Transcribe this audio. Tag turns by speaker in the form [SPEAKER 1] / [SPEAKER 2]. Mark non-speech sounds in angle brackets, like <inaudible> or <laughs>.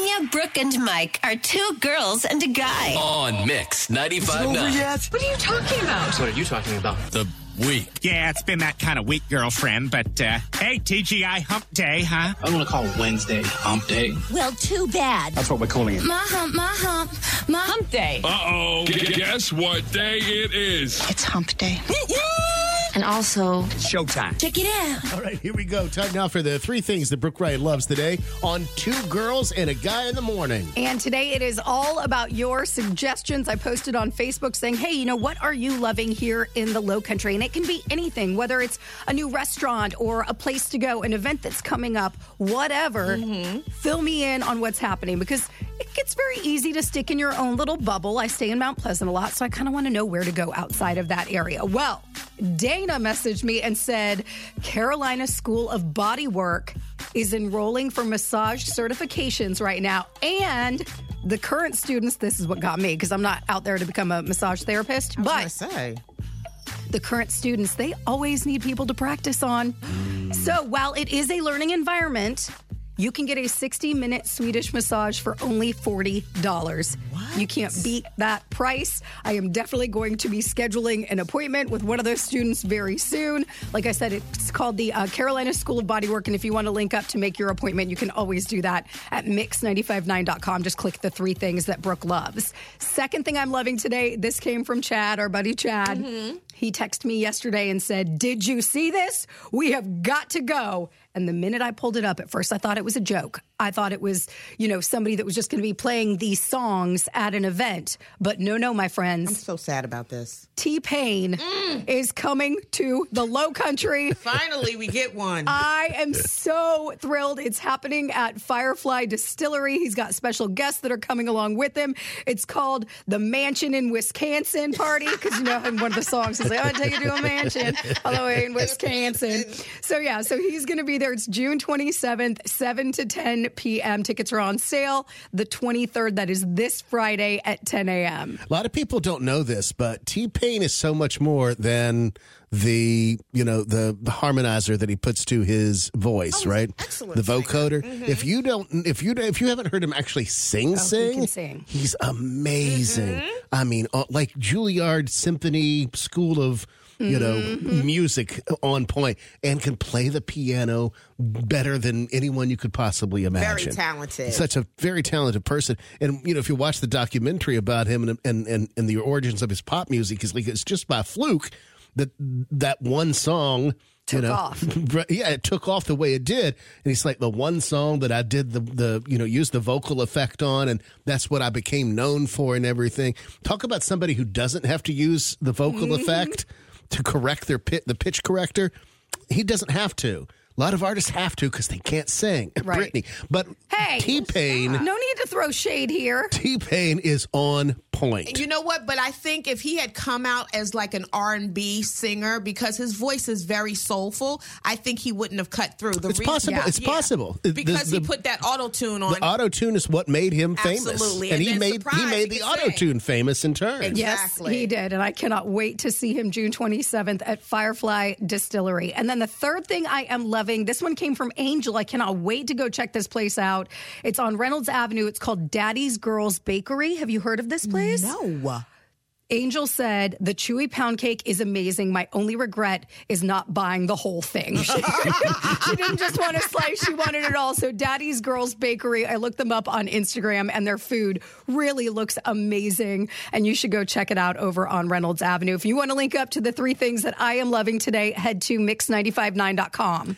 [SPEAKER 1] Leah, Brooke, and Mike are two girls and a guy.
[SPEAKER 2] On Mix 95.9.
[SPEAKER 3] yet?
[SPEAKER 4] What are you talking about?
[SPEAKER 3] What are you talking about?
[SPEAKER 2] The week.
[SPEAKER 5] Yeah, it's been that kind of week, girlfriend. But uh, hey, TGI Hump Day, huh?
[SPEAKER 3] I want to call Wednesday hump day.
[SPEAKER 1] Well, too bad.
[SPEAKER 6] That's what we're calling it. Uh.
[SPEAKER 4] My hump, my hump, my hump day. <laughs>
[SPEAKER 7] Uh-oh. guess what day it is?
[SPEAKER 4] It's hump day. and also,
[SPEAKER 5] Showtime.
[SPEAKER 4] check it out.
[SPEAKER 8] All right, here we go. Time now for the three things that Brooke Wright loves today on Two Girls and a Guy in the Morning.
[SPEAKER 9] And today it is all about your suggestions. I posted on Facebook saying, hey, you know, what are you loving here in the low country? And it can be anything, whether it's a new restaurant or a place to go, an event that's coming up, whatever. Fill me in on what's happening because it gets very easy to stick in your own little bubble. I stay in Mount Pleasant a lot, so I kind of want to know where to go outside of that area. Well, Dana messaged me and said, Carolina School of Body Work is enrolling for massage certifications right now. And the current students, this is what got me because I'm not out there to become a massage therapist, but
[SPEAKER 10] say.
[SPEAKER 9] the current students, they always need people to practice on. So while it is a learning environment, you can get a 60 minute Swedish massage for only $40. You can't beat that price. I am definitely going to be scheduling an appointment with one of those students very soon. Like I said, it's called the uh, Carolina School of Bodywork. And if you want to link up to make your appointment, you can always do that at mix959.com. Just click the three things that Brooke loves. Second thing I'm loving today, this came from Chad, our buddy Chad. He texted me yesterday and said, Did you see this? We have got to go. And the minute I pulled it up, at first I thought it was a joke. I thought it was, you know, somebody that was just going to be playing these songs at an event. But no, no, my friends.
[SPEAKER 10] So sad about this.
[SPEAKER 9] T Pain is coming to the low country.
[SPEAKER 10] Finally, we get one.
[SPEAKER 9] I am so thrilled. It's happening at Firefly Distillery. He's got special guests that are coming along with him. It's called the Mansion in Wisconsin Party because you know in one of the songs he's like, "I'll take you to a mansion all the way in Wisconsin." So yeah, so he's going to be there. It's June 27th, 7 to 10 p.m. Tickets are on sale the 23rd. That is this Friday at 10 a.m.
[SPEAKER 8] A lot of people don't know this, but T Pain is so much more than the you know the, the harmonizer that he puts to his voice, right?
[SPEAKER 10] excellent
[SPEAKER 8] The vocoder. If you don't, if you if you haven't heard him actually sing, sing,
[SPEAKER 9] can sing.
[SPEAKER 8] he's amazing. I mean, uh, like Juilliard Symphony School of. You know, music on point and can play the piano better than anyone you could possibly imagine.
[SPEAKER 10] talented.
[SPEAKER 8] Such a very talented person. And, you know, if you watch the documentary about him and, and, and, and the origins of his pop music, it's like it's just by fluke that that one song
[SPEAKER 9] Took
[SPEAKER 8] you know,
[SPEAKER 9] off.
[SPEAKER 8] <laughs> Right, yeah, it took off the way it did, and it's like the one song that I did the the you know used the vocal effect on, and that's what I became known for and everything. Talk about somebody who doesn't have to use the vocal
[SPEAKER 9] Mm-hmm.
[SPEAKER 8] effect to correct their pit the pitch corrector. He doesn't have to. A lot of artists have to because they can't sing. <laughs>
[SPEAKER 9] Right.
[SPEAKER 8] Brittany, but
[SPEAKER 9] Hey,
[SPEAKER 8] T Pain,
[SPEAKER 9] No need to throw shade here.
[SPEAKER 8] T Pain is on point.
[SPEAKER 10] you know what? But I think if he had come out as like an R and B singer, because his voice is very soulful, I think he wouldn't have cut through. The
[SPEAKER 8] It's
[SPEAKER 10] reason-
[SPEAKER 8] possible. It's possible. It- the-
[SPEAKER 10] because he
[SPEAKER 8] the-
[SPEAKER 10] put that auto tune on.
[SPEAKER 8] The auto tune is what made him famous,
[SPEAKER 10] Absolutely.
[SPEAKER 8] and,
[SPEAKER 10] And
[SPEAKER 8] he
[SPEAKER 10] then
[SPEAKER 8] made he
[SPEAKER 10] surprise,
[SPEAKER 8] made
[SPEAKER 10] you
[SPEAKER 8] the
[SPEAKER 10] could say.
[SPEAKER 8] auto tune famous in turn.
[SPEAKER 10] Exactly.
[SPEAKER 9] Yes, he did. And I cannot wait to see him June 27th at Firefly Distillery. And then the third thing I am loving this one came from Angel. I cannot wait to go check this place out. It's on Reynolds Avenue. It's called Daddy's Girls Bakery. Have you heard of this place?
[SPEAKER 10] no.
[SPEAKER 9] Angel said, The chewy pound cake is amazing. My only regret is not buying the whole thing. she didn't just want a slice, she wanted it all. So, Daddy's Girls Bakery, I looked them up on Instagram and their food really looks amazing. And you should go check it out over on Reynolds Avenue. If you want to link up to the three things that I am loving today, head to mix959.com.